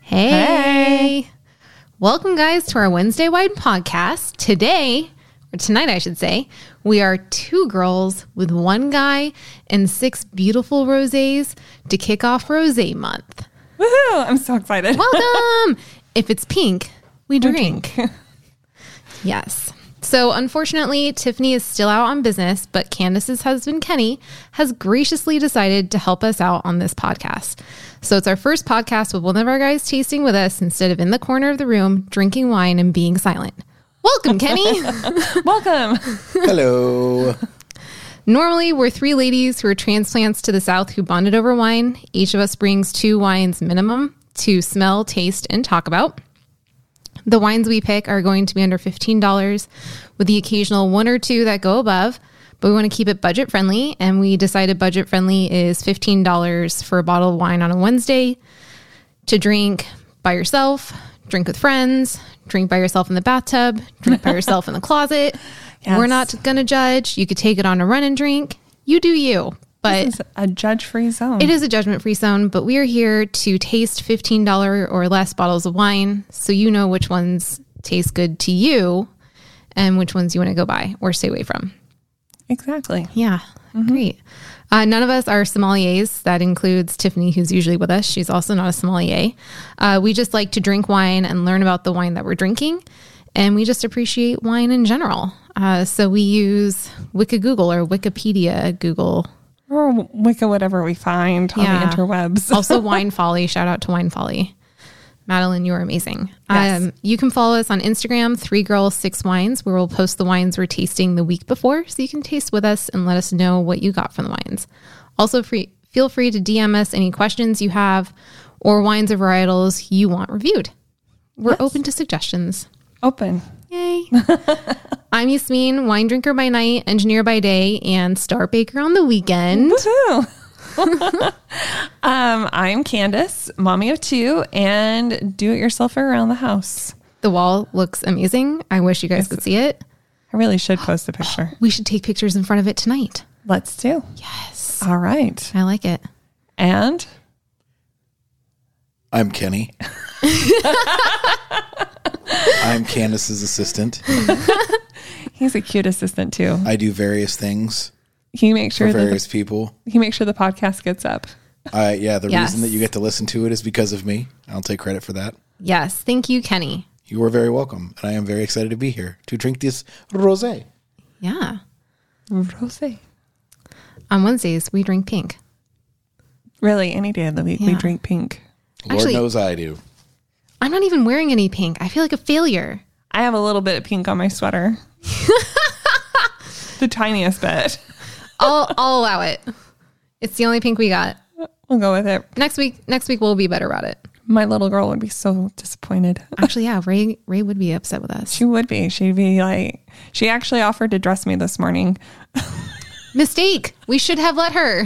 Hey. Welcome, guys, to our Wednesday Wide podcast. Today, or tonight, I should say, we are two girls with one guy and six beautiful roses to kick off Rose Month. Woohoo! I'm so excited. Welcome. if it's pink, we drink. yes. So, unfortunately, Tiffany is still out on business, but Candace's husband, Kenny, has graciously decided to help us out on this podcast. So, it's our first podcast with one of our guys tasting with us instead of in the corner of the room, drinking wine and being silent. Welcome, Kenny. Welcome. Hello. Normally, we're three ladies who are transplants to the South who bonded over wine. Each of us brings two wines minimum to smell, taste, and talk about. The wines we pick are going to be under $15 with the occasional one or two that go above, but we want to keep it budget friendly. And we decided budget friendly is $15 for a bottle of wine on a Wednesday to drink by yourself, drink with friends, drink by yourself in the bathtub, drink by yourself in the closet. We're Yes. not going to judge. You could take it on a run and drink. You do you. But It's a judge free zone. it is a judgment free zone, but we are here to taste $15 or less bottles of wine so you know which ones taste good to you and which ones you want to go buy or stay away from. Exactly. Yeah, great. Uh, none of us are sommeliers. That includes Tiffany, who's usually with us. She's also not a sommelier. Uh, we just like to drink wine and learn about the wine that we're drinking, and we just appreciate wine in general. Uh, so we use Wiki Google or Wikipedia Google. Or Wicca, whatever we find Yeah. on the interwebs. Also, Wine Folly. Shout out to Wine Folly. Madeline, you are amazing. Yes. Um, you can follow us on Instagram, Three Girls Six Wines, where we'll post the wines we're tasting the week before, so you can taste with us and let us know what you got from the wines. Also, free, feel free to DM us any questions you have or wines or varietals you want reviewed. We're open to suggestions. Open. Yay. I'm Yasmin, wine drinker by night, engineer by day, and star baker on the weekend. Woohoo! um, I'm Candace, mommy of two, and do it yourselfer around the house. The wall looks amazing. I wish you guys could see it. I really should post a picture. We should take pictures in front of it tonight. Let's do. Yes. All right. I like it. And I'm Kenny. I'm Candace's assistant. he's a cute assistant too. I do various things He makes for sure that various people. the, he makes sure the podcast gets up. I yeah, the Yes. reason that you get to listen to it is because of me. I'll take credit for that. Yes. Thank you, Kenny. You are very welcome, and I am very excited to be here to drink this rosé. Yeah. Rose. On Wednesdays, we drink pink. Really, any day of the week we Yeah. drink pink. Lord Actually- knows I do. I'm not even wearing any pink. I feel like a failure. I have a little bit of pink on my sweater. the tiniest bit. I'll, I'll allow it. It's the only pink we got. We'll go with it. Next week, next week we'll be better about it. My little girl would be so disappointed. Actually, yeah, Ray Ray would be upset with us. She would be. She'd be like, she actually offered to dress me this morning. Mistake. We should have let her.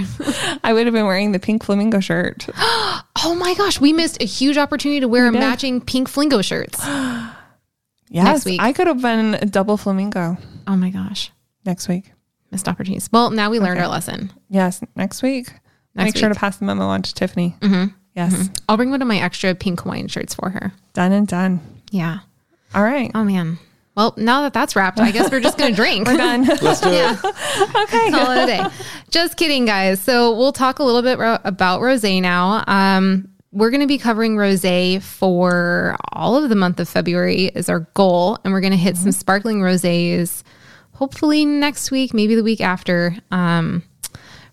I would have been wearing the pink flamingo shirt. Oh my gosh, we missed a huge opportunity to wear a did. matching pink flingo shirts. Yes, week. I could have been a double flamingo Oh my gosh. next week. Missed opportunities. Well, now we learned our lesson. Yes, next week. Make Next sure week. Mm-hmm. to pass the memo on to Tiffany. Yes, I'll bring one of my extra pink Hawaiian shirts for her. done and done. Yeah. All right, Oh man. Well, now that that's wrapped, I guess we're just gonna drink. we're done. Let's do it. Call it a day. Just kidding, guys. So we'll talk a little bit ro- about rosé now. Um, we're going to be covering rosé for all of the month of February is our goal, and we're going to hit Mm-hmm. some sparkling rosés. Hopefully next week, maybe the week after, um,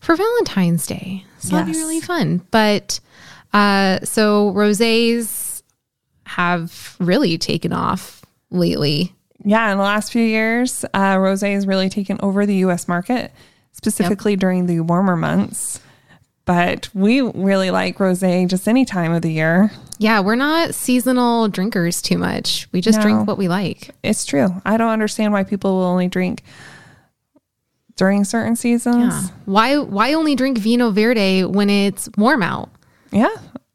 for Valentine's Day. So that'll be Yes. really fun. But uh, so rosés have really taken off lately. Yeah, in the last few years, uh, rose has really taken over the U.S. market, specifically during the warmer months. But we really like rose just any time of the year. Yeah, we're not seasonal drinkers too much. We just No. drink what we like. It's true. I don't understand why people will only drink during certain seasons. Why why only drink vino verde when it's warm out? Yeah.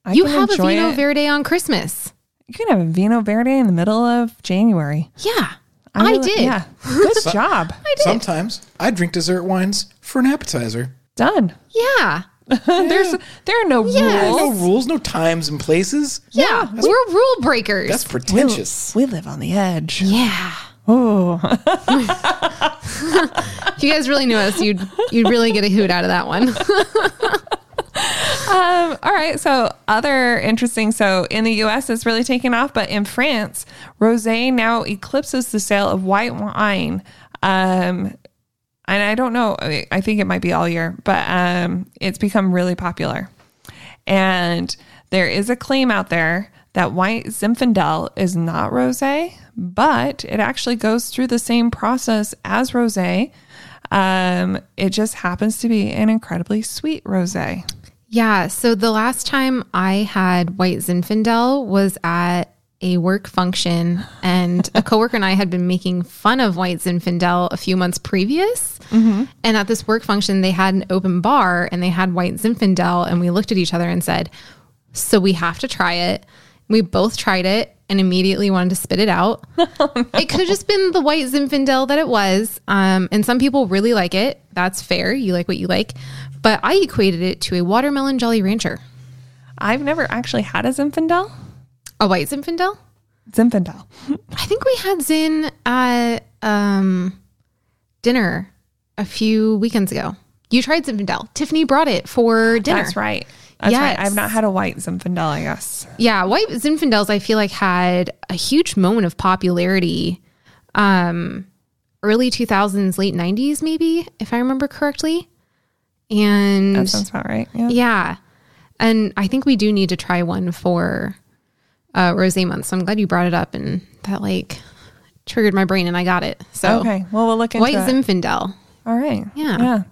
I You can have a enjoy vino it. verde on Christmas. You can have a Vino Verde in the middle of January. Yeah. I, really- did. Yeah. Good job. Sometimes I drink dessert wines for an appetizer. Done. Yeah. There's there are no Yes. No rules. rules, no times and places. Yeah, we're rule breakers. That's pretentious. We live on the edge. yeah. Oh, If you guys really knew us, you'd you'd really get a hoot out of that one. Um, all right. So, other interesting. So, in the US, it's really taken off, but in France, rose now eclipses the sale of white wine. Um, and I don't know, I I think it might be all year, but um, it's become really popular. And there is a claim out there that white Zinfandel is not rose, but it actually goes through the same process as rose. Um, it just happens to be an incredibly sweet rose. Yeah. So the last time I had white Zinfandel was at a work function, and a coworker and I had been making fun of white Zinfandel a few months previous. And at this work function, they had an open bar and they had white Zinfandel, and we looked at each other and said, "So we have to try it." We both tried it and immediately wanted to spit it out. It could have just been the white Zinfandel that it was. Um, and some people really like it. That's fair. You like what you like. But I equated it to a watermelon Jolly Rancher. I've never actually had a Zinfandel. A white Zinfandel? Zinfandel. I think we had Zin at um, dinner a few weekends ago. You tried Zinfandel. Tiffany brought it for dinner. That's right. That's right. Yes. I've not had a white Zinfandel, I guess. Yeah, white Zinfandels I feel like had a huge moment of popularity um early 2000s, late 90s maybe, if I remember correctly. And That sounds about right. Yeah. yeah. And I think we do need to try one for uh Rosé month. So I'm glad you brought it up and that like triggered my brain and I got it. So Oh. Okay. Well, we'll look into white it. Zinfandel. All right. Yeah. Yeah.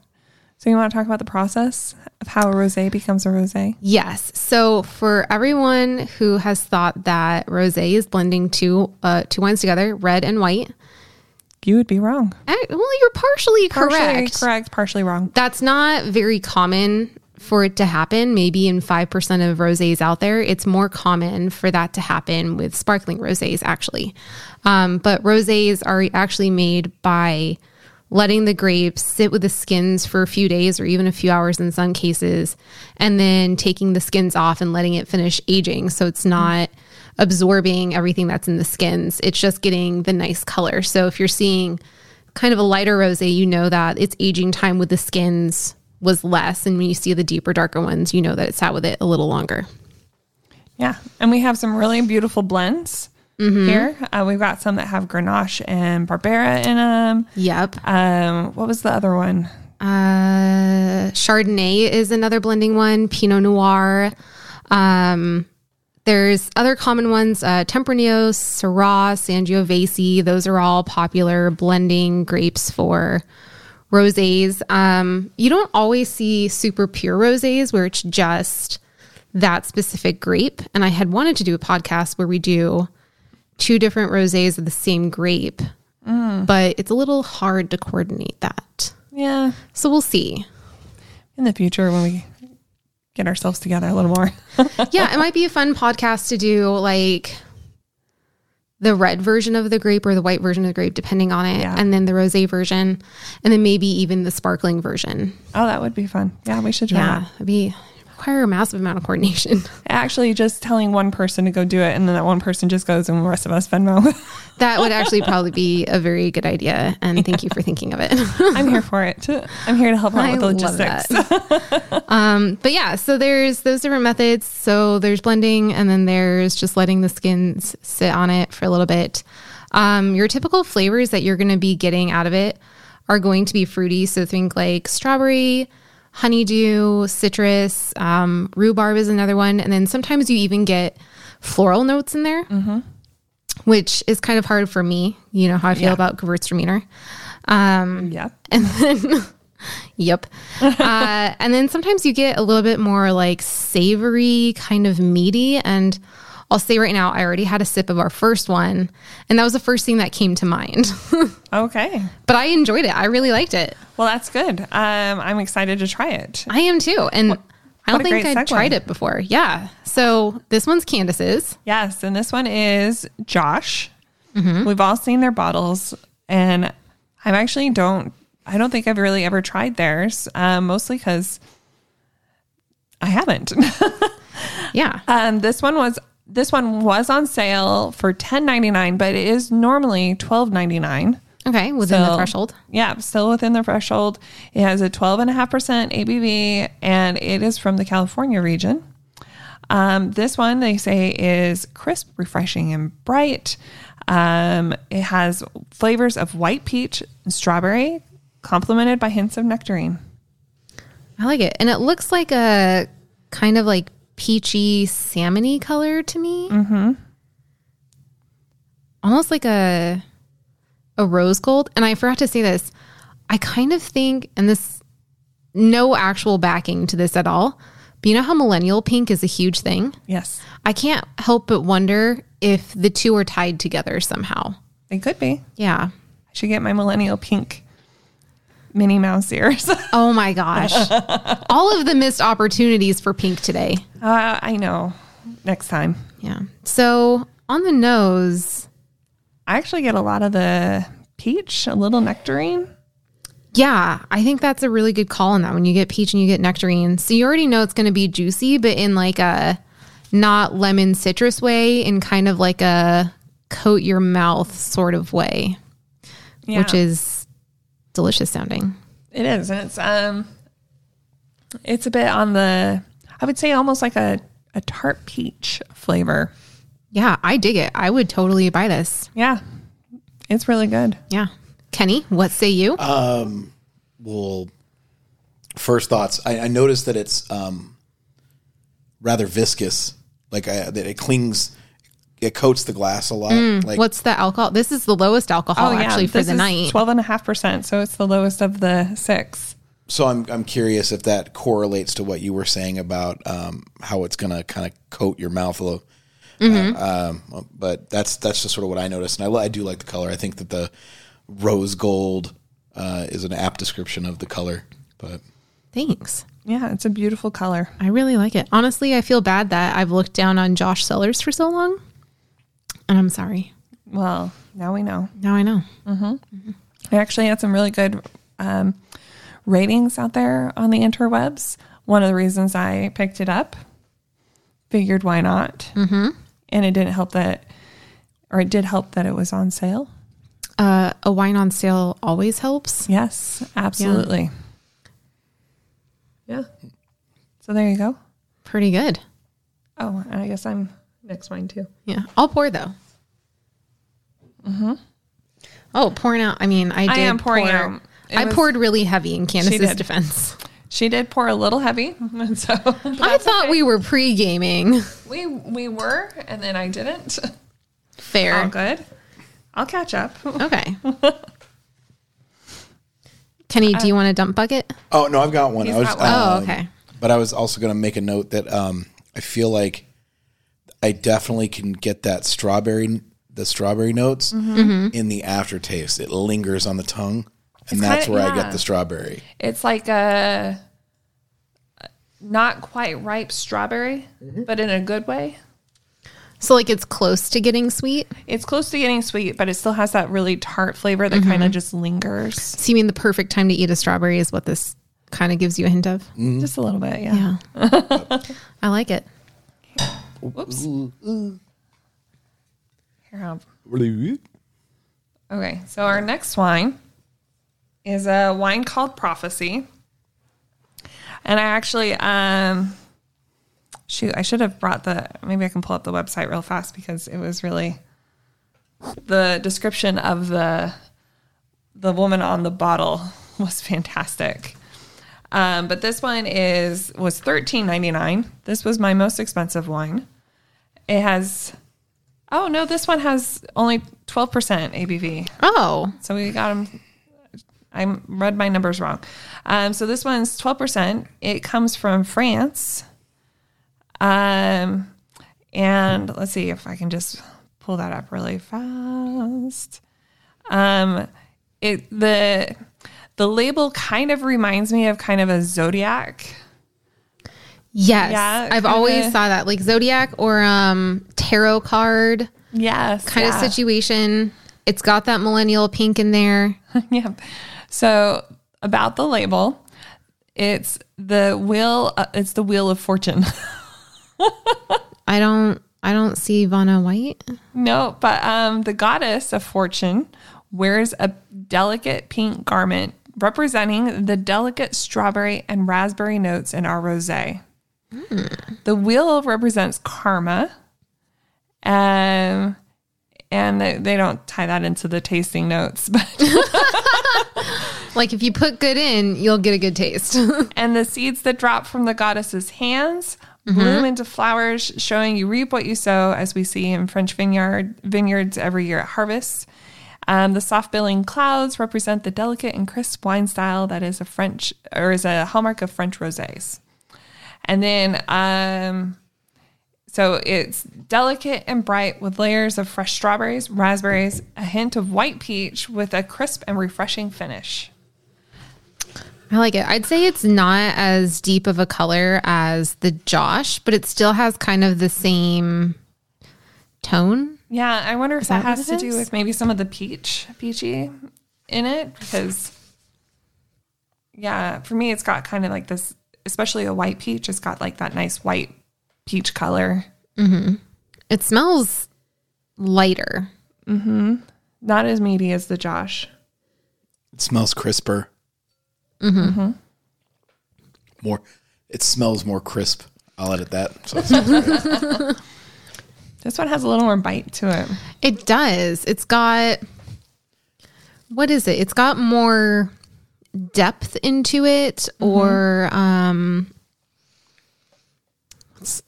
So you want to talk about the process of how a rosé becomes a rosé? Yes. So for everyone who has thought that rosé is blending two uh two wines together, red and white, You would be wrong. I, well, you're partially correct. Partially correct. Partially wrong. That's not very common for it to happen. Maybe in 5% of rosés out there, it's more common for that to happen with sparkling rosés, actually. Um, but rosés are actually made by letting the grapes sit with the skins for a few days or even a few hours in some cases, and then taking the skins off and letting it finish aging. So it's not absorbing everything that's in the skins. It's just getting the nice color. So if you're seeing kind of a lighter rosé, you know that its aging time with the skins was less, and when you see the deeper, darker ones, you know that it sat with it a little longer. Yeah. And we have some really beautiful blends Mm-hmm. here. Uh, we've got some that have Grenache and Barbera in them. Yep. Um, what was the other one? Uh, Chardonnay is another blending one. Pinot Noir. Um, there's other common ones: uh, Tempranillo, Syrah, Sangiovese. Those are all popular blending grapes for rosés. Um, you don't always see super pure rosés where it's just that specific grape. And I had wanted to do a podcast where we do two different rosés of the same grape, but it's a little hard to coordinate that. Yeah. So we'll see. In the future when we get ourselves together a little more. Yeah, it might be a fun podcast to do like the red version of the grape or the white version of the grape, depending on it, Yeah. and then the rose version, and then maybe even the sparkling version. Oh, that would be fun. Yeah, we should do Yeah, that. it'd be require a massive amount of coordination. Actually, just telling one person to go do it, and then that one person just goes, and the rest of us Venmo. that would actually probably be a very good idea. And thank you for thinking of it. I'm here for it. I'm here to help out I with the love logistics. that. um, but yeah, so there's those different methods. So there's blending, and then there's just letting the skins sit on it for a little bit. Um, your typical flavors that you're going to be getting out of it are going to be fruity. So think like strawberry, honeydew, citrus, um, rhubarb is another one. And then sometimes you even get floral notes in there which is kind of hard for me. You know how I feel about Gewürztraminer. Yep. Yep. uh, and then sometimes you get a little bit more like savory, kind of meaty. And I'll say right now, I already had a sip of our first one, and that was the first thing that came to mind. Okay. but I enjoyed it. I really liked it. Well, that's good. Um, I'm excited to try it. I am too. And I don't what a think great I've segue. tried it before. Yeah. So this one's Candace's. Yes, and this one is Josh. Mm-hmm. We've all seen their bottles, and I actually don't. I don't think I've really ever tried theirs, um, mostly because I haven't. Yeah. Um, this one was this one was on sale for ten ninety nine, but it is normally twelve ninety nine. Okay. Within the So- threshold. Yeah, still within the threshold. It has a 12.5% ABV and it is from the California region. Um, this one they say is crisp, refreshing, and bright. Um, it has flavors of white peach and strawberry, complemented by hints of nectarine. I like it. And it looks like a kind of like peachy salmony color to me. Mm-hmm. Almost like a a rose gold. And I forgot to say this. I kind of think, and this no actual backing to this at all, but you know how millennial pink is a huge thing? Yes, I can't help but wonder if the two are tied together somehow. they could be. Yeah. I should get my millennial pink Minnie Mouse ears. uh, Oh my gosh. all of the missed opportunities for pink today. Uh, I know. Next time. Yeah. So on the nose, I actually get a lot of the peach, a little nectarine. yeah, I think that's a really good call on that when you get peach and you get nectarine. So you already know it's going to be juicy, but in like a not lemon citrus way, in kind of like a coat your mouth sort of way, Yeah. which is delicious sounding. It is, and it's um, it's a bit on the, I would say almost like a a tart peach flavor. Yeah, I dig it. I would totally buy this. Yeah, it's really good. Yeah. Kenny, what say you? Well, first thoughts. I, I noticed that it's um, rather viscous. Like I, that it clings, it coats the glass a lot. like What's the alcohol? This is the lowest alcohol Oh, Oh, actually for the night. twelve and a half percent, so it's the lowest of the six. so, I'm I'm curious if that correlates to what you were saying about um, how it's gonna kind of coat your mouth a little. Uh, um, but that's that's just sort of what I noticed, and I, li- I do like the color. I think that the rose gold uh, is an apt description of the color. But Thanks. Yeah, it's a beautiful color. I really like it. Honestly, I feel bad that I've looked down on Josh Sellers for so long. And I'm sorry. Well, now we know. Now I know. I actually had some really good um, ratings out there on the interwebs. One of the reasons I picked it up, figured why not, mm-hmm. and it didn't help that, or it did help that it was on sale. Uh, a wine on sale always helps. Yes, absolutely. Yeah. So there you go. Pretty good. Oh, and I guess I'm next wine too. Yeah. I'll pour though. Mm-hmm. Oh, pouring out. I mean, I did. Mm-hmm. I am pouring pour- out. It I was- poured really heavy in Candace's did. defense. She did pour a little heavy, and so I thought we were pre gaming. we we were, and then I didn't. Fair. All good. I'll catch up. Okay. Kenny, Uh, do you want a dump bucket? oh no, I've got one. He's I was, got one. Oh, um, okay. But I was also going to make a note that um, I feel like I definitely can get that strawberry, the strawberry notes Mm-hmm. in the aftertaste. It lingers on the tongue, and that's kinda- where I yeah. get the strawberry. It's like a not quite ripe strawberry, but in a good way. So, like, it's close to getting sweet. It's close to getting sweet, but it still has that really tart flavor that kind of just lingers So, you mean the perfect time to eat a strawberry is what this kind of gives you a hint of? just a little bit. Yeah. Yeah. I like it. Whoops. Here, I'll- okay, so our next wine is a wine called Prophecy, and I actually, um, shoot, I should have brought the. Maybe I can pull up the website real fast because it was really the description of the the woman on the bottle was fantastic. Um, but this one is was thirteen ninety nine. This was my most expensive wine. It has oh no, this one has only twelve percent ABV. Oh, So we got them. I read my numbers wrong. Um, so this one's twelve percent. It comes from France. Um, and let's see if I can just pull that up really fast. Um, it the the label kind of reminds me of kind of a zodiac. yes. Yeah, I've kinda- always saw that, like zodiac or um tarot card Yes, kind of situation. It's got that millennial pink in there. yeah. So about the label, it's the wheel. Uh, it's the wheel of fortune. I don't. I don't see Vanna White. no, but um, the goddess of fortune wears a delicate pink garment representing the delicate strawberry and raspberry notes in our rosé. The wheel represents karma. Um, and they, they don't tie that into the tasting notes, but Like if you put good in, you'll get a good taste. and the seeds that drop from the goddess's hands bloom into flowers, showing you reap what you sow, as we see in French vineyard vineyards every year at harvest. Um, the soft billing clouds represent the delicate and crisp wine style that is a French or is a hallmark of French rosés. And then, um, so it's delicate and bright with layers of fresh strawberries, raspberries, a hint of white peach with a crisp and refreshing finish. I like it. I'd say it's not as deep of a color as the Josh, but it still has kind of the same tone. Yeah, I wonder if that that, what has it to do is? with maybe some of the peach peachy in it because yeah, for me it's got kind of like this especially a white peach, it's got like that nice white peach color. It smells lighter. Not as meaty as the Josh. It smells crisper. Mm-hmm. More. It smells more crisp. I'll edit that. So it's- This one has a little more bite to it. It does. It's got what is it? It's got more depth into it or um it's-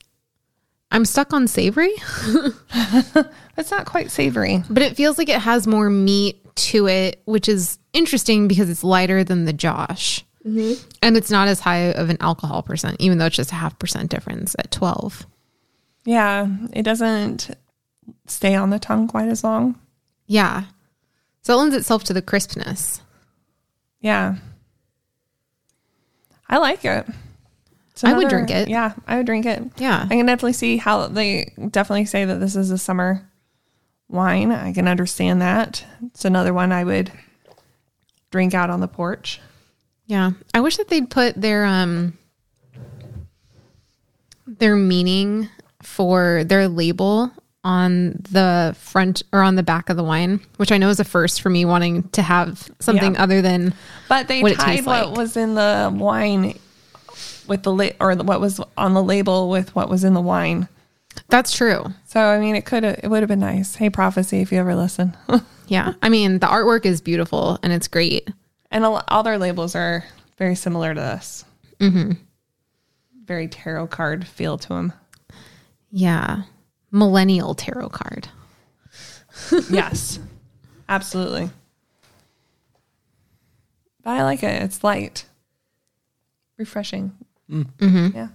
I'm stuck on savory, It's not quite savory. but it feels like it has more meat to it, which is interesting because it's lighter than the Josh. And it's not as high of an alcohol percent, even though it's just a half percent difference at 12. Yeah, it doesn't stay on the tongue quite as long. Yeah. So it lends itself to the crispness. Yeah. I like it. It's I would drink it. Yeah, I would drink it. Yeah. I can definitely see how they definitely say that this is a summer wine. I can understand that. It's another one I would drink out on the porch. Yeah. I wish that they'd put their um their meaning for their label on the front or on the back of the wine, which I know is a first for me wanting to have something Yeah. other than But they What it tied tastes what like. was in the wine with the la- or what was on the label with what was in the wine. that's true. So I mean, it could it would have been nice. Hey, prophecy, if you ever listen. Yeah. I mean, the artwork is beautiful and it's great. and all, all their labels are very similar to this. Mm-hmm. Very tarot card feel to them. Yeah. Millennial tarot card. yes, absolutely. But I like it. It's light, refreshing. Yeah.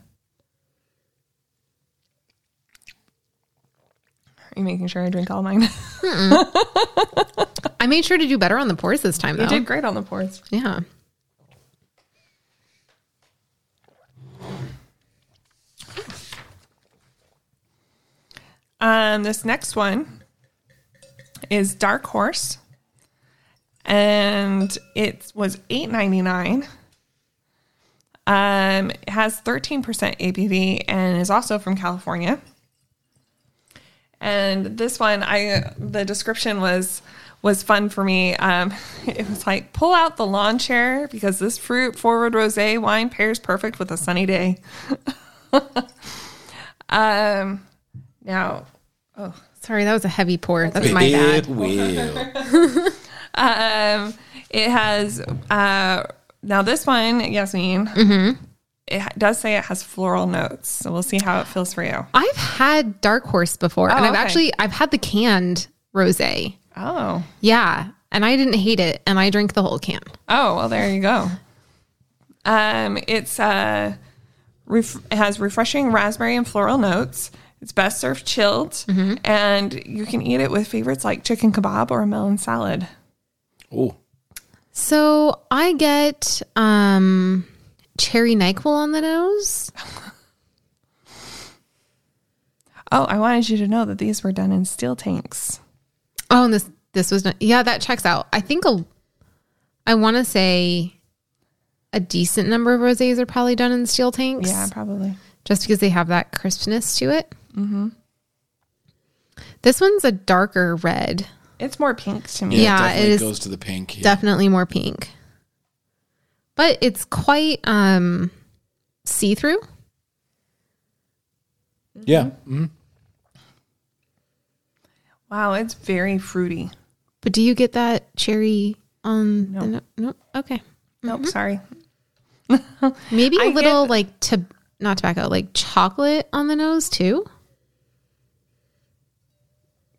Are you making sure I drink all mine? I made sure to do better on the pours this time though. you did great on the pours. Yeah. Um, this next one is Dark Horse, and it was eight ninety nine. Um, it has thirteen percent ABV and is also from California. And this one, I the description was was fun for me. Um, it was like pull out the lawn chair because this fruit forward rosé wine pairs perfect with a sunny day. um, now Sorry, that was a heavy pour. That's my bad. it will. Um, it has uh, now this one, Yasmin. It ha- does say it has floral notes, so we'll see how it feels for you. I've had Dark Horse before, and I've Oh, okay. actually I've had the canned rosé. Oh, Yeah, and I didn't hate it, and I drank the whole can. oh, well, there you go. Um, it's uh, ref- it has refreshing raspberry and floral notes. It's best served chilled, and you can eat it with favorites like chicken kebab or a melon salad. Oh, So I get um cherry Nyquil on the nose. Oh, I wanted you to know that these were done in steel tanks. Oh, and this this was not, yeah that checks out. I think a, I want to say a decent number of rosés are probably done in steel tanks. Yeah, probably. just because they have that crispness to it. Mm-hmm. This one's a darker red, It's more pink to me. Yeah. it definitely is goes to the pink. Yeah. definitely more pink, but it's quite um, see through. yeah. Mhm. Wow, it's very fruity. But do you get that cherry on? No, no, okay, Nope, sorry. maybe a I get- little like to not tobacco, like chocolate on the nose too.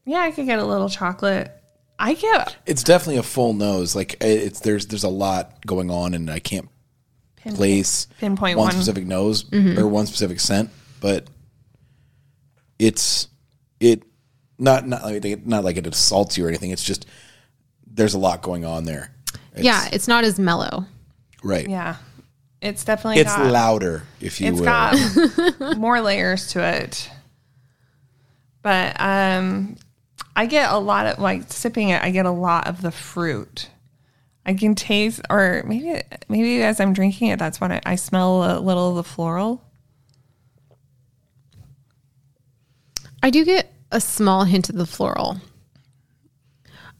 Yeah, I could get a little chocolate. I get It's definitely a full nose. Like it- it's there's there's a lot going on, and I can't place pinpoint one, one. Mm-hmm. specific nose or one specific scent, but it's it not not like not like it assaults you or anything. It's just there's a lot going on there. It's- yeah, it's not as mellow. right. yeah. It's definitely It's got, louder, if you it's will. got more layers to it. But um I get a lot of like sipping it, I get a lot of the fruit. I can taste or maybe maybe as I'm drinking it, that's when I, I smell a little of the floral. I do get a small hint of the floral.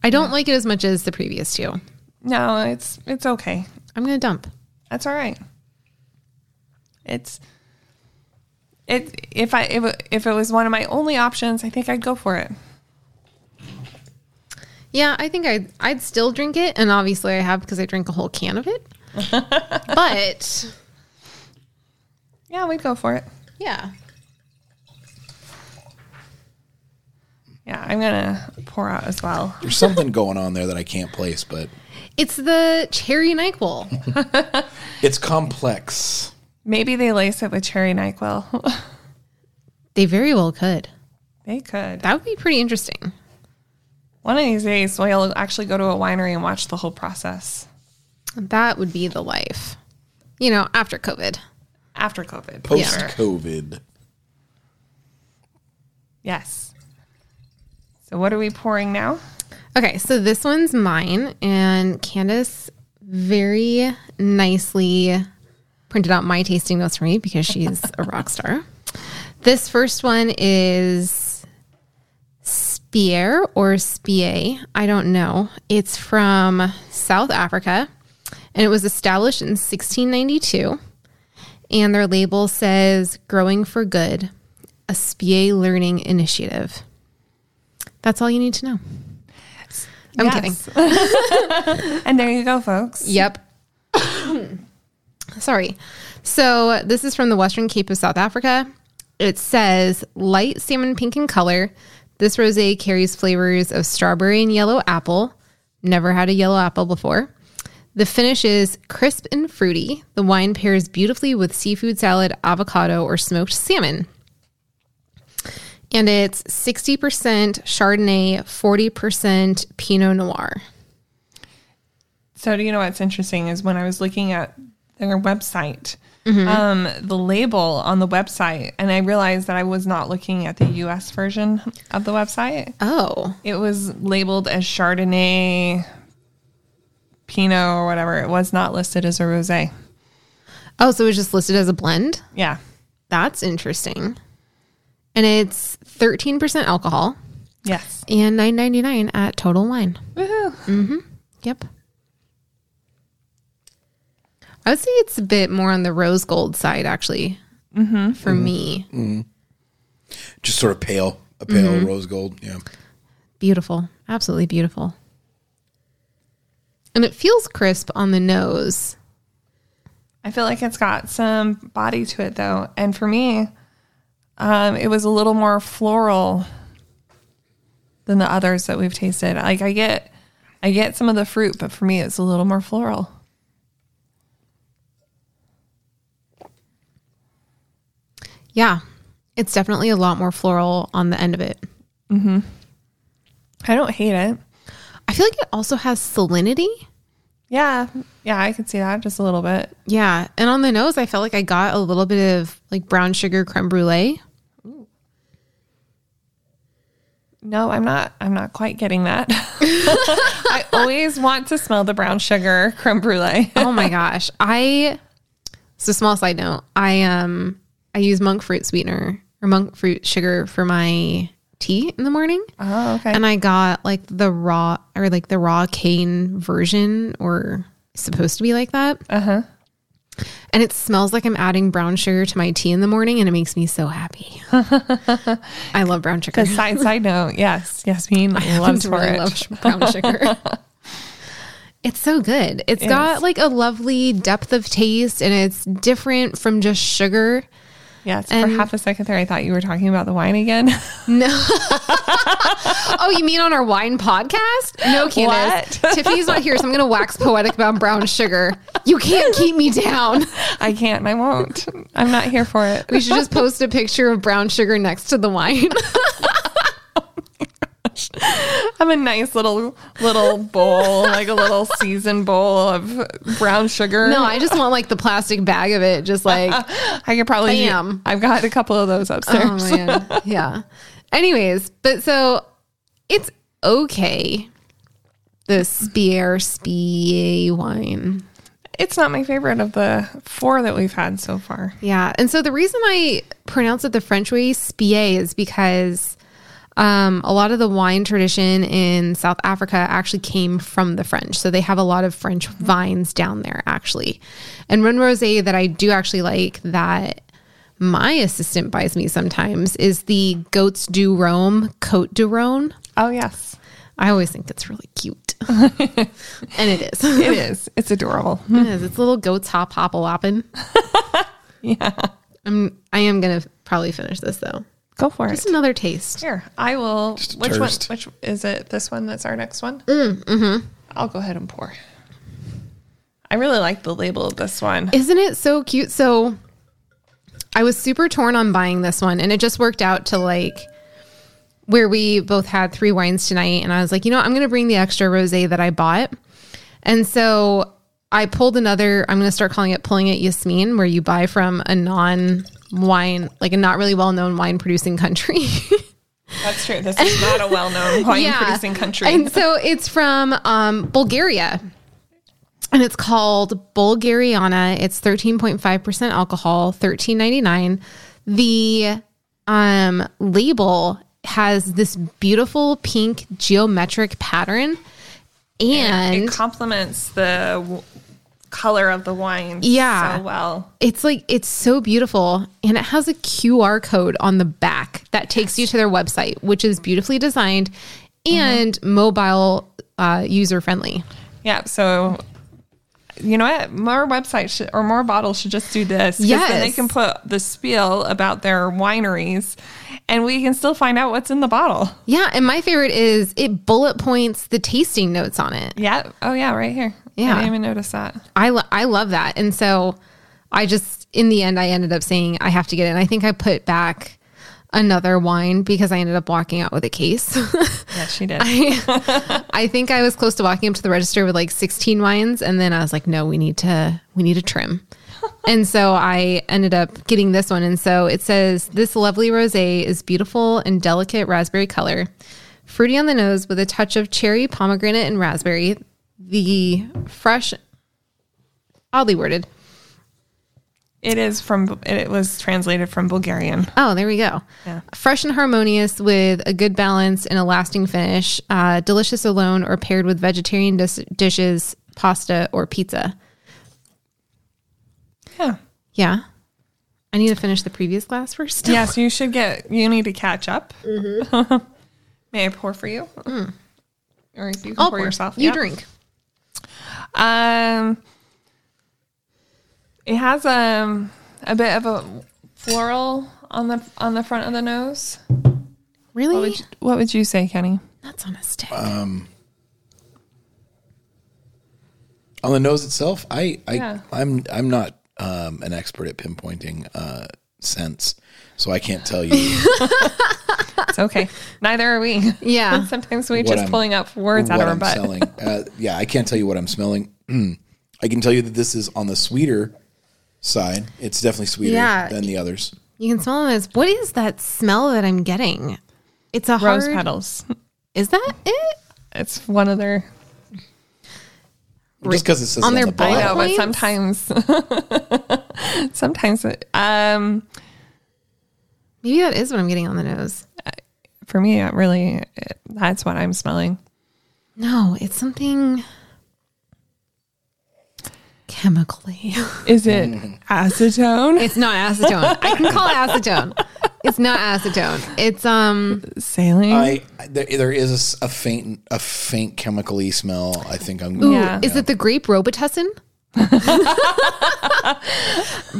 I don't like it as much as the previous two. No, it's it's okay. I'm gonna dump. That's all right. It's it if I if, it- if it was one of my only options, I think I'd go for it. Yeah, I think I'd I'd still drink it, and obviously I have because I drink a whole can of it. but Yeah, we'd go for it. yeah, Yeah, I'm gonna pour out as well. There's something going on there that I can't place, but it's the cherry Nyquil. it's complex. Maybe they lace it with cherry Nyquil. They very well could. they could. That would be pretty interesting. One of these days, we'll actually go to a winery and watch the whole process That would be the life. You know, after COVID. after COVID. for Post sure. COVID. Yes. So what are we pouring now? Okay, so this one's mine, and Candace very nicely printed out my tasting notes for me because she's a rock star. This first one is Spier or Spie. I don't know. It's from South Africa, and it was established in 1692. And their label says "Growing for Good," a Spie learning initiative. That's all you need to know. I'm kidding. kidding. and there you go, folks. Yep. Sorry. So this is from the Western Cape of South Africa. It says light salmon pink in color. This rosé carries flavors of strawberry and yellow apple. Never had a yellow apple before. The finish is crisp and fruity. The wine pairs beautifully with seafood salad, avocado, or smoked salmon. And it's 60% Chardonnay, 40% Pinot Noir. So do you know what's interesting is when I was looking at their website, um, the label on the website, and I realized that I was not looking at the U.S. version of the website. Oh, It was labeled as Chardonnay, Pinot, or whatever. It was not listed as a rosé. Oh, so it was just listed as a blend? Yeah, That's interesting. And it's 13% alcohol yes. and 9.99 at Total Wine. Woohoo! Yep. I would say it's a bit more on the rose gold side actually. For me. Just sort of pale, a pale Mm-hmm. rose gold. Yeah. Beautiful. Absolutely beautiful. And it feels crisp on the nose. I feel like it's got some body to it though, and for me, um, it was a little more floral than the others that we've tasted. Like I get, I get some of the fruit, but for me, it's a little more floral. Yeah. It's definitely a lot more floral on the end of it. I don't hate it. I feel like it also has salinity. Yeah, yeah, I can see that just a little bit. Yeah, and on the nose, I felt like I got a little bit of like brown sugar creme brulee. No, I'm not. I'm not quite getting that. I always want to smell the brown sugar creme brulee. oh my gosh. I so small side note. I um I use monk fruit sweetener or monk fruit sugar for my tea in the morning. Oh, okay. And I got like the raw or like the raw cane version or supposed to be like that. Uh huh. And it smells like I'm adding brown sugar to my tea in the morning and it makes me so happy. I love brown sugar. Side side note, yes, Yasmin loves for really it. love sh- brown sugar. it's so good. It's got like a lovely depth of taste and it's different from just sugar. yes, and- for half a second there, I thought you were talking about the wine again. Oh, you mean on our wine podcast? No, Candace. Tiffany's not here, so I'm going to wax poetic about brown sugar. You can't keep me down. I can't. and I won't. I'm not here for it. We should just post a picture of brown sugar next to the wine. I'm a nice little little bowl, like a little seasoned bowl of brown sugar. No, I just want like the plastic bag of it, just like I could probably. Bam. I've got a couple of those upstairs. Oh man. yeah. Anyways, but so it's okay. The Spear Spie wine. It's not my favorite of the four that we've had so far. Yeah. And so the reason I pronounce it the French way, Spie, is because um, a lot of the wine tradition in South Africa actually came from the French. So they have a lot of French vines down there, actually. And one rose that I do actually like that my assistant buys me sometimes is the Goats du Rome Cote du Rhone. Oh yes, I always think it's really cute. and it is. it is. It's adorable. It is. It's little goats hop hop a loppin'. yeah. I'm I am gonna probably finish this though. Go for it. It's another taste. Here, I will. a Which toast. one? Which is it? This one? That's our next one. I'll go ahead and pour. I really like the label of this one. Isn't it so cute? So I was super torn on buying this one and it just worked out to like where we both had three wines tonight and I was like, you know, what? I'm gonna bring the extra rose that I bought. And so I pulled another, I'm gonna start calling it pulling it Yasmin, where you buy from a non wine, like a not really well known wine producing country. That's true. This is not a well-known wine-producing country. And so it's from um, Bulgaria. And it's called Bulgariana. It's 13.5% alcohol, 13.99. The um, label has this beautiful pink geometric pattern. And it complements the w- color of the wine Yeah. so well. it's like it's so beautiful and it has a QR code on the back that takes you to their website, which is beautifully designed and Mm-hmm. mobile uh, user friendly. Yeah. So, you know what? More websites should, or more bottles should just do this. 'cause Then they Yes. can put the spiel about their wineries, and we can still find out what's in the bottle. Yeah, and my favorite is it bullet points the tasting notes on it. Yeah. Oh yeah. Right here. Yeah. I didn't even notice that. I lo- I love that, and so I just in the end I ended up saying I have to get it. And I think I put back another wine because I ended up walking out with a case. Yeah, she did. I think I was close to walking up to the register with like 16 wines, and then I was like, no, we need to we need a trim. and so I ended up getting this one. And so it says this lovely rosé is beautiful and delicate raspberry color, fruity on the nose with a touch of cherry, pomegranate, and raspberry. The fresh, oddly worded. it is from. It was translated from Bulgarian. Oh, there we go. Yeah. Fresh and harmonious with a good balance and a lasting finish. Uh, delicious alone or paired with vegetarian dis- dishes, pasta, or pizza. Yeah. Yeah. I need to finish the previous glass first. Yes, you should get. You need to catch up. Mm-hmm. May I pour for you, or you can pour, yourself? Mm. You Yeah. drink. Um, it has um a bit of a floral on the on the front of the nose. Really? What would you, what would you say, Kenny? That's on a stick. on the nose itself, I, I Yeah. I'm I'm not um, an expert at pinpointing uh, scents, so I can't tell you It's okay. Neither are we. Yeah. Sometimes we What just I'm- pulling up words out what of our I'm butt. smelling. Uh, yeah, I can't tell you what I'm smelling. I can tell you that this is on the sweeter side. It's definitely sweeter Yeah. than the others. you can smell this. What is that smell that I'm getting? It's a Rose hard. petals. Is that it? It's one of their. Just because it says On on, their the bio. I bottle. know, but Points? sometimes, sometimes, it- um, Maybe that is what I'm getting on the nose. for me, it really, that's what I'm smelling. No, it's something chemically. Is it Mm. acetone? It's not acetone. I can call it acetone. It's not acetone. It's um Saline? I there, there is a s- a, faint a faint chemically smell. I think I'm. ooh, Yeah. is it the grape robitussin? but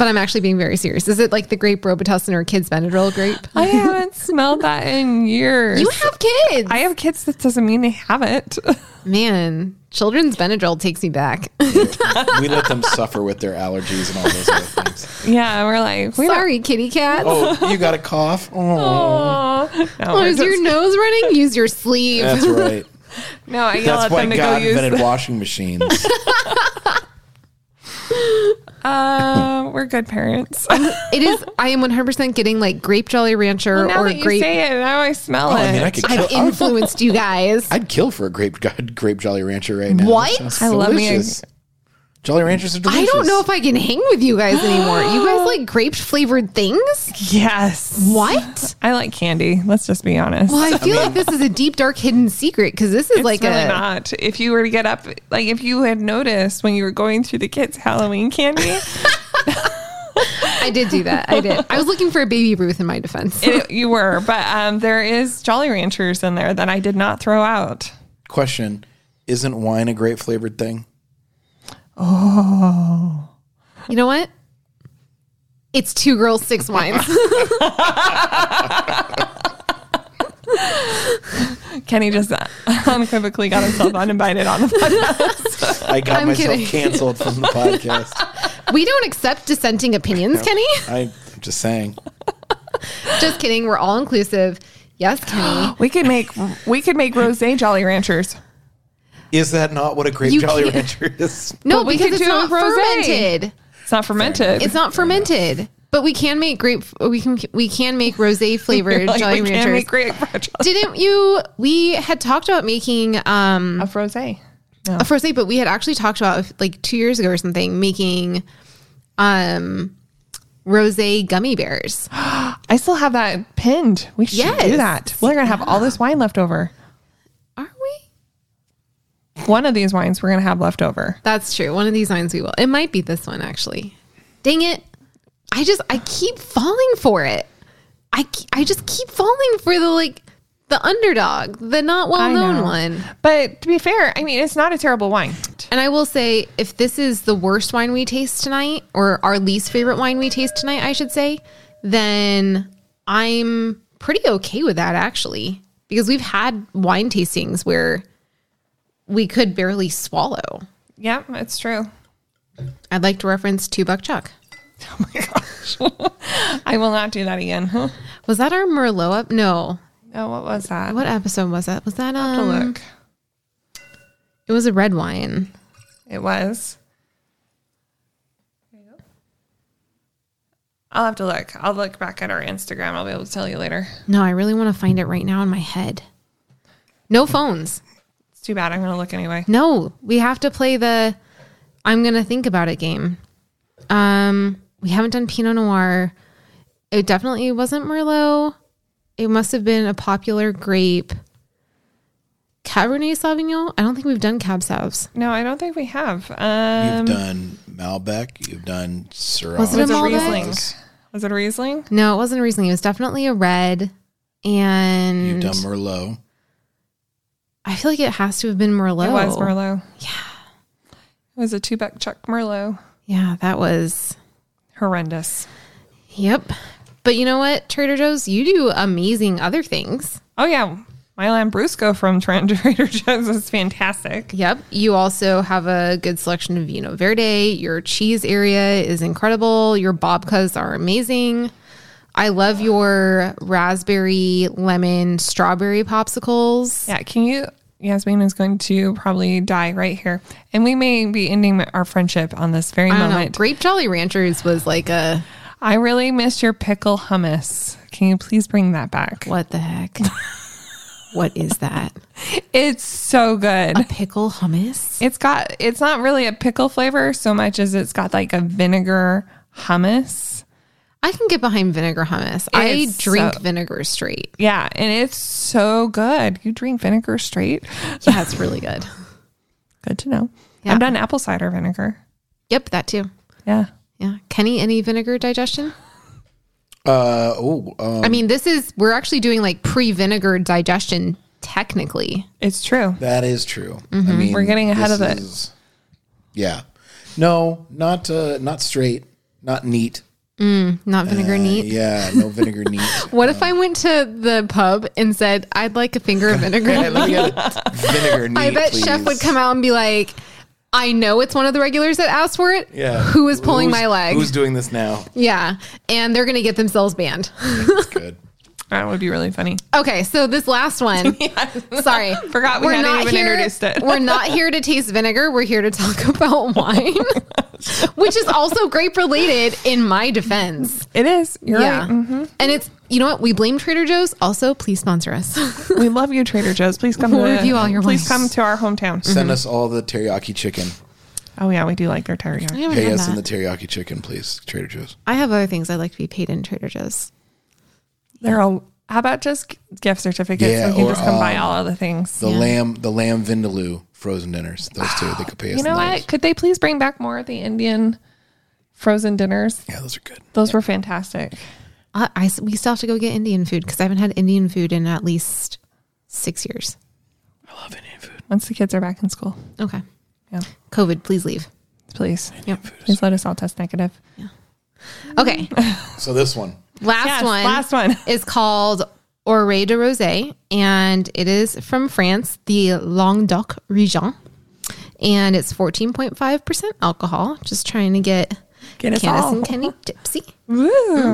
I'm actually being very serious. Is it like the grape robitussin or kids Benadryl grape? I haven't smelled that in years. You have kids. I have kids. That doesn't mean they have it. Man, children's Benadryl takes me back. we let them suffer with their allergies and all those other things. yeah, we're like, we Sorry, kitty cats. Oh, you got a cough? Oh, Don't, no, Oh, we're is your just- nose running? Use your sleeve. that's right. no, I yell at That's why them to go God use. invented washing machines. Oh, Uh, we're good parents. It is. I am 100% getting like grape Jolly Rancher now or that you grape. say it, now I smell Oh, it. I mean, I could kill, I've I would, influenced you guys. I'd kill for a grape grape Jolly Rancher right now. What? Sounds I love me a- delicious. Jolly Ranchers are I delicious. don't know if I can hang with you guys anymore. You guys like grape flavored things? yes. What? I like candy. Let's just be honest. Well, I feel like this is a deep, dark, hidden secret because this is It's like really a. not. If you were to get up, like if you had noticed when you were going through the kids' Halloween candy, I did do that. I did. I was looking for a baby Ruth in my defense. it, you were. But um, there is Jolly Ranchers in there that I did not throw out. Question: Isn't wine a grape flavored thing? You know what? It's two girls, six wines. Kenny just unequivocally got himself uninvited on the podcast. I got I'm myself kidding. canceled from the podcast. we don't accept dissenting opinions, Kenny. I, I'm just saying. Just kidding. We're all inclusive. Yes, Kenny. We could make we could make rosé Jolly Ranchers. Is that not what a grape You Jolly can't- Rancher is? No, But we because could it's do not rosé. fermented. It's not fermented. It's not fermented. But we can make grape. We can we can make rosé flavored You're like, Jolly we can't Ranchers. Mm-hmm. make grape Didn't you? We had talked about making um, of rosé. a frosé, but we had actually talked about if- like two years ago or something making um, rosé gummy bears. I still have that pinned. We should Yes. do that. We're gonna have all this wine left over. Are we? One of these wines we're gonna have left over. That's true. One of these wines we will. It might be this one actually. Dang it! I just I keep falling for it. I ke- I just keep falling for the like the underdog, the not well known know. one. But to be fair, I mean it's not a terrible wine. And I will say, if this is the worst wine we taste tonight, or our least favorite wine we taste tonight, I should say, then I'm pretty okay with that actually, because we've had wine tastings where we could barely swallow. Yeah, it's true. I'd like to reference Two Buck Chuck. Oh I will not do that again. Huh? Was that our Merlot? Up? No. Oh, what was that? What episode was that? Was that To um? look. It was a red wine. It was. I'll have to look. I'll look back at our Instagram. I'll be able to tell you later. No, I really want to find it right now in my head. No phones. It's too bad. I'm going to look anyway. No, we have to play the I'm going to think about it game. Um, we haven't done Pinot Noir. It definitely wasn't Merlot. It must have been a popular grape. Cabernet Sauvignon. I don't think we've done Cab Sauves. No, I don't think we have. Um, You've done Malbec. You've done Syrah. Was it a was it Malbec? Riesling? Was it a Riesling? No, it wasn't Riesling. It was definitely a red. You've And done Merlot. I feel like it has to have been Merlot. It was Merlot. Oh. Yeah. It was a two buck chuck Merlot. Yeah, that was. Horrendous. Yep. But you know what, Trader Joe's, you do amazing other things. Oh, yeah. My Lambrusco from Trent Trader Joe's is fantastic. Yep. You also have a good selection of Vino Verde. Your cheese area is incredible. Your babkas are amazing. I love your raspberry, lemon, strawberry popsicles. Yeah, can you? Yasmin is going to probably die right here, and we may be ending our friendship on this very I don't know. moment. Grape Jolly Ranchers was like a I really miss your pickle hummus. Can you please bring that back? what the heck? What is that? It's so good. Pickle hummus? It's got it's not really a pickle flavor so much as it's got like a vinegar hummus. I can get behind vinegar hummus. I It's drink so- vinegar straight. Yeah, and it's so good. You drink vinegar straight. Yeah, it's really good. Good to know. Yeah. I've done apple cider vinegar. Yep, that too. Yeah. Yeah. Kenny, any vinegar digestion? Uh, oh, um, I mean, this is, we're actually doing like pre vinegar digestion technically. It's true. that is true. Mm-hmm. I mean, We're getting ahead this of it. is- yeah. No, not uh, not straight, not neat. Uh, Not vinegar neat. Yeah, no vinegar neat. What if I went to the pub and said, I'd like a finger of vinegar? Yeah, let me get a vinegar neat. I bet Chef please. would come out and be like, I know it's one of the regulars that asked for it. Yeah. Who is pulling Who's- my leg? Who's doing this now? yeah. And they're going to get themselves banned. That's good. That would be really funny. Okay, so this last one. Sorry. Forgot we hadn't even Um, here, introduced it. we're not here to taste vinegar. We're here to talk about wine, which is also grape related in my defense. It is. You're Yeah. Mm-hmm. right. And it's, you know what? We blame Trader Joe's. Also, please sponsor us. We love you, Trader Joe's. Please come We'll to review all your wines. Please come to our hometown. Send us all the teriyaki chicken. Oh yeah, we do like their teriyaki. haven't Pay had us in that. the teriyaki chicken, please, Trader Joe's. I have other things I'd like to be paid in Trader Joe's. They're all. How about just gift certificates? Yeah, we can or, just come buy um, all of the things. The lamb, the lamb vindaloo frozen dinners. Those two, they could pay us. You know in those. what? Could they please bring back more of the Indian frozen dinners? Yeah, those are good. Those were fantastic. I, I s- we still have to go get Indian food because I haven't had Indian food in at least six years. I love Indian food. Once the kids are back in school, Okay. Yeah. COVID, please leave. please, Yep. please let us all test negative. Okay. So this one, Last Yes, one. last one. is called Orée de Rosé, and it is from France, the Languedoc region, and it's fourteen point five percent alcohol. Just trying to get Get us Candace all. and Kenny tipsy.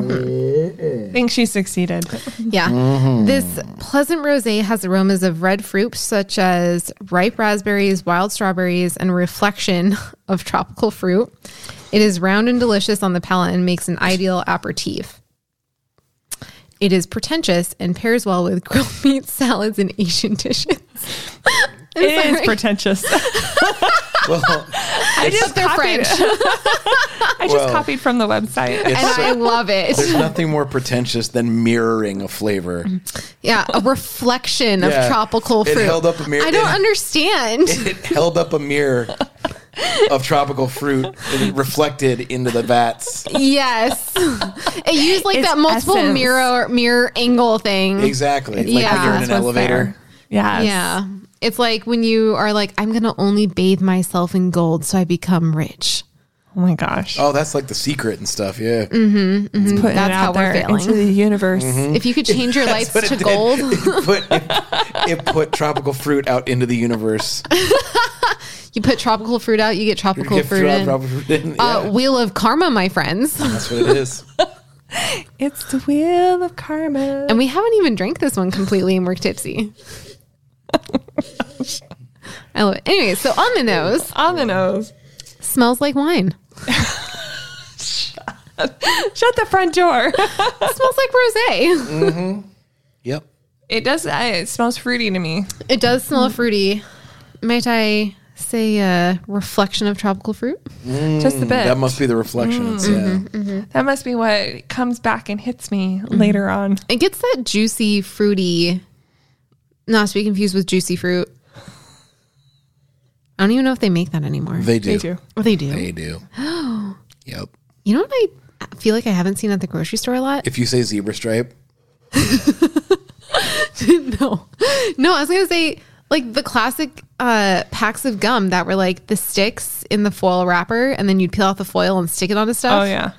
I think she succeeded. Yeah, Mm-hmm. this pleasant rosé has aromas of red fruit such as ripe raspberries, wild strawberries, and a reflection of tropical fruit. It is round and delicious on the palate and makes an ideal aperitif. It is pretentious and pairs well with grilled meat, salads, and Asian dishes. It is pretentious. well, I just they're French. copied it. I just Well, copied from the website. and it's, I love it. there's nothing more pretentious than mirroring a flavor. Yeah, a reflection of Yeah. tropical It fruit. held up a mirror- I don't it- understand. It held up a mirror of tropical fruit and it reflected into the vats. Mm. yes, it used like It's that multiple essence. mirror mirror angle thing. Exactly, like Yeah. when you're in This an was elevator. there. Yes. Yeah. It's like when you are like, I'm going to only bathe myself in gold so I become rich. Oh my gosh. Oh, that's like the secret and stuff. Yeah, Mm. It's putting That's it how out we're there failing. into the universe. Mm-hmm. If you could change your lights Mm. That's what to it gold, did. It put, it, it put tropical fruit out into the universe. you put tropical fruit out, you get tropical Gift fruit drop, in. tropical fruit in. uh, Yeah, Wheel of Karma, my friends. that's what it is. It's the wheel of karma. And we haven't even drank this one completely and we're tipsy. I love it. Anyway, so on the nose, On the nose. smells like wine. Shut the front door. smells like rosé. Yep. it does. Uh, it smells fruity to me. It does Mm-hmm. smell fruity. Might I say a reflection of tropical fruit? Just a bit. Mm, That must be the reflections. Mm-hmm, Yeah. That must be what comes back and hits me later on. It gets that juicy, fruity, not to be confused with juicy fruit. I don't even know if they make that anymore. They do. Me too. Well, they do. They do. yep. You know what I feel like I haven't seen at the grocery store a lot? If you say zebra stripe, no. No, I was going to say like the classic uh, packs of gum that were like the sticks in the foil wrapper and then you'd peel off the foil and stick it onto stuff. Oh yeah,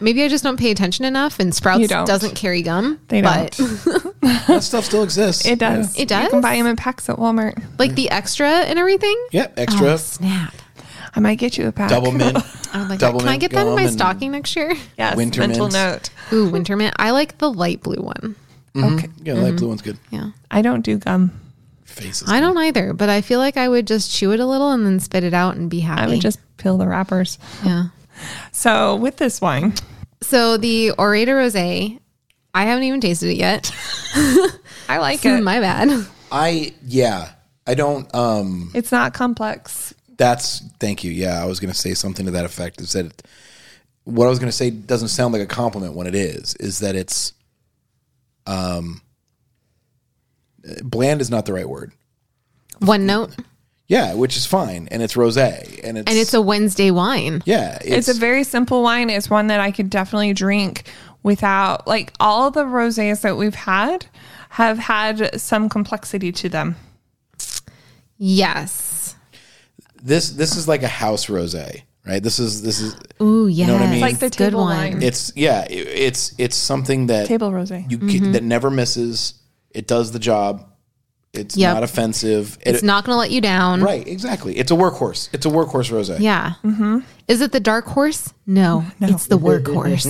Maybe I just don't pay attention enough and You Sprouts don't. doesn't carry gum. they but don't. that stuff still exists. It does. It You does? can buy them in packs at Walmart. like the extra and everything. Yep. Extra Oh, snap. I might get you a pack. double mint. I would like that. Oh Double Can I mint get that in gum my and- stocking next year? Yes. Winter mental note. mints. Ooh, winter mint. I like the light blue one. Okay. Yeah, light blue one's good. Yeah. I don't do gum. Faces. Mm-hmm. I don't either, but I feel like I would just chew it a little and then spit it out and be happy. I would just peel the wrappers. yeah. So with this wine, So the Orator Rosé, I haven't even tasted it yet. I like my bad. I yeah. I don't. Um. It's not complex. That's thank you. Yeah, I was gonna say something to that effect. Is that it- what I was gonna say doesn't sound like a compliment when it is. Is that it's um. Bland is not the right word. One note, Yeah, which is fine, and it's rosé, and it's and it's a Wednesday wine. yeah, It's, a very simple wine. It's one that I could definitely drink without like all the rosés that we've had have had some complexity to them. Yes. this this is like a house rosé, right? This is this is Ooh, yes. know what I mean? Like the good table one. wine. it's yeah, i- it's it's something that Table rosé. you Mm-hmm. ca- that never misses. It does the job. It's Yep. not offensive. It, It's not going to let you down. right, exactly. It's a workhorse. It's a workhorse rosé. Yeah. Mm-hmm. Is it the dark horse? No, it's the workhorse.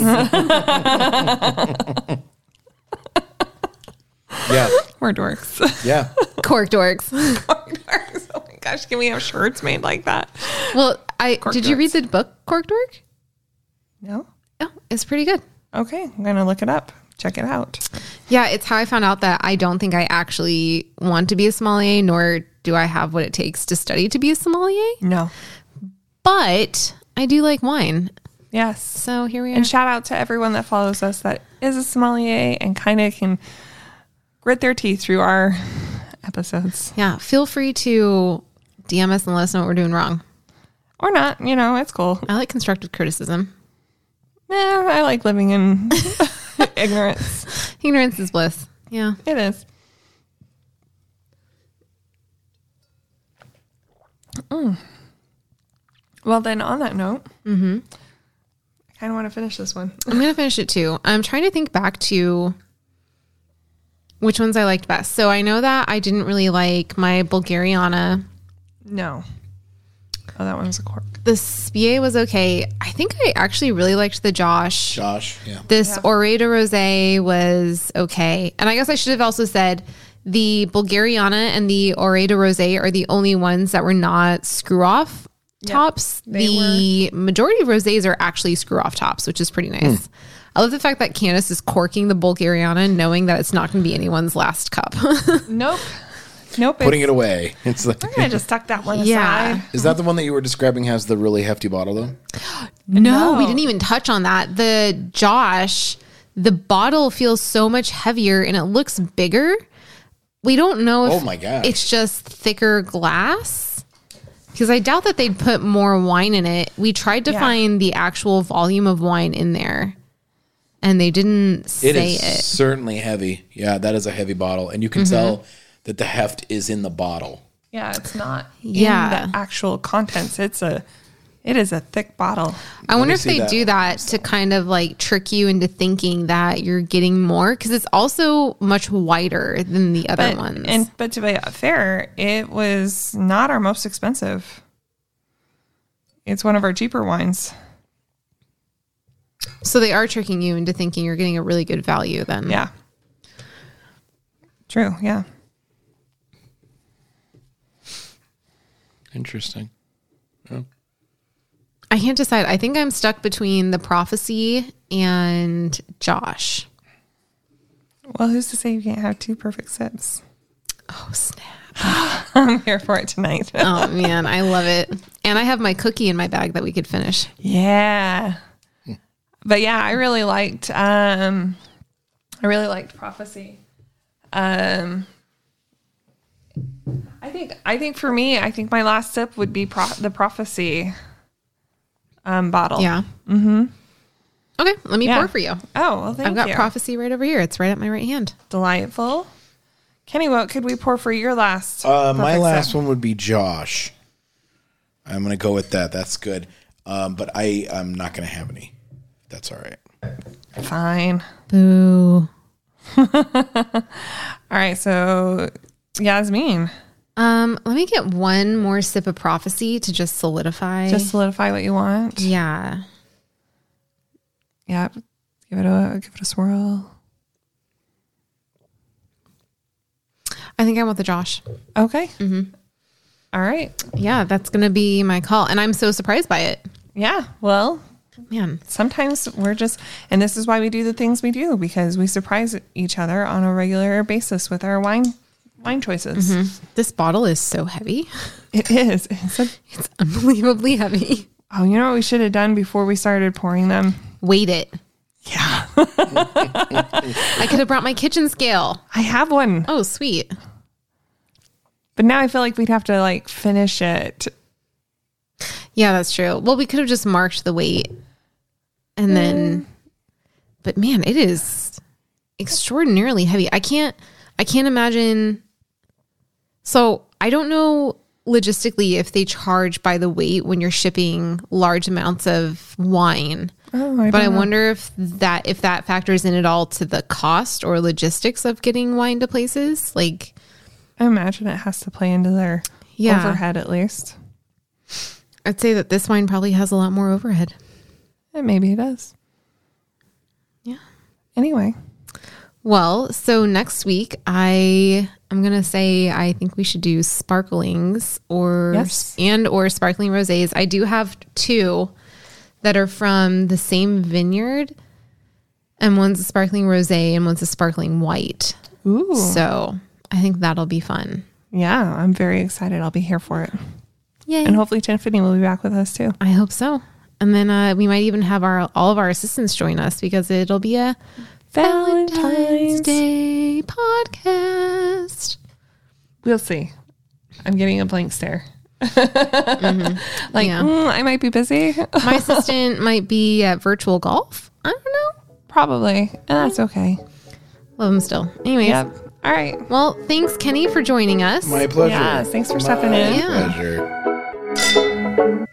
Yeah, We're dorks. yeah. Cork dorks. Dorks. oh my gosh, can we have shirts made like that? Well, I did you dorks. read the book Cork Dork? No. Oh, it's pretty good. Okay, I'm gonna look it up. Check it out. Yeah, it's how I found out that I don't think I actually want to be a sommelier, nor do I have what it takes to study to be a sommelier. No. But I do like wine, Yes. so here we are. And shout out to everyone that follows us that is a sommelier and kind of can grit their teeth through our episodes Yeah, feel free to DM us and let us know what we're doing wrong. or not. You know, it's cool. I like constructive criticism. Nah, Eh, I like living in ignorance. Ignorance is bliss. Yeah. It is. Mm. Well, then, on that note, Mm-hmm. I kind of want to finish this one. I'm gonna finish it too. I'm trying to think back to which ones I liked best. So I know that I didn't really like my Bulgariana. No. Oh, that one was a cork. The Spie was okay. I think I actually really liked the Josh. Josh, yeah. This Oré de Rosé was okay. And I guess I should have also said the Bulgariana and the Oré de Rosé are the only ones that were not screw off tops. The majority of rosés are actually screw off tops, which is pretty nice. I love the fact that Candace is corking the Bulgariana knowing that it's not going to be anyone's last cup. Nope. Nope. Putting it away. It's like I just tucked that one Yeah. aside. is that the one that you were describing has the really hefty bottle though? No, we No. didn't even touch on that. The Josh, the bottle feels so much heavier and it looks bigger. We don't know if Oh my gosh. it's just thicker glass. Because I doubt that they'd put more wine in it. We tried to Yeah. find the actual volume of wine in there and they didn't say It is it. Mm-hmm. certainly heavy. Yeah, that is a heavy bottle, and you can tell that the heft is in the bottle. Yeah, it's not Yeah. in the actual contents. It's a it is a thick bottle. I wonder me if see they that do that to kind of like trick you into thinking that you're getting more because it's also much wider than the other But, ones. and but to be fair, it was not our most expensive. It's one of our cheaper wines. So they are tricking you into thinking you're getting a really good value then. Yeah. True, yeah. Interesting. I can't decide. I think I'm stuck between the prophecy and Josh. Well, who's to say you can't have two perfect sips? Oh snap. I'm here for it tonight. Oh man, I love it. And I have my cookie in my bag that we could finish. Yeah. But yeah, I really liked um I really liked prophecy. Um I think I think for me, I think my last sip would be pro- the prophecy um bottle. Yeah. Mm-hmm. Okay, let me Yeah. pour for you. Oh, well thank I've got you. prophecy right over here. It's right at my right hand. Delightful. Kenny, what could we pour for your last? Uh, my perfect last sip? one would be Josh. I'm gonna go with that. That's good. Um, but I I'm not gonna have any. That's all right. Fine. Boo. All right, so Yasmin, Um, let me get one more sip of prophecy to just solidify. just solidify what you want. yeah. Yeah, give it a give it a swirl. I think I want the Josh. Okay. All right. Yeah, that's gonna be my call. And I'm so surprised by it. Yeah. Well, Man. sometimes we're just, and this is why we do the things we do because we surprise each other on a regular basis with our wine wine choices. This bottle is so heavy. It is. It's a, It's unbelievably heavy. oh, you know what we should have done before we started pouring them? Weight it. Yeah. I could have brought my kitchen scale. I have one, Oh, sweet. but now I feel like we'd have to like finish it. Yeah, that's true. Well, we could have just marked the weight and then but man, it is extraordinarily heavy. I can't I can't imagine So, I don't know logistically if they charge by the weight when you're shipping large amounts of wine. Oh, I But I don't know. wonder if that if that factors in at all to the cost or logistics of getting wine to places. Like I imagine it has to play into their Yeah. overhead at least. I'd say that this wine probably has a lot more overhead. And maybe it does. Yeah. Anyway, Well, so next week I I'm gonna say I think we should do sparklings or Yes. and or sparkling rosés. I do have two that are from the same vineyard, and one's a sparkling rosé and one's a sparkling white. ooh, So I think that'll be fun. yeah, I'm very excited. I'll be here for it, Yay! and hopefully Tiffany will be back with us too. I hope so. And then uh, we might even have our all of our assistants join us because it'll be a Valentine's Day podcast. We'll see. I'm getting a blank stare. like Mm-hmm. Yeah. mm, I might be busy, My assistant might be at virtual golf. I don't know. probably, and that's okay. Love him still. Anyways, Yep. All right. well, thanks Kenny for joining us. My pleasure. Yes. Thanks for stepping in. Yeah. Pleasure.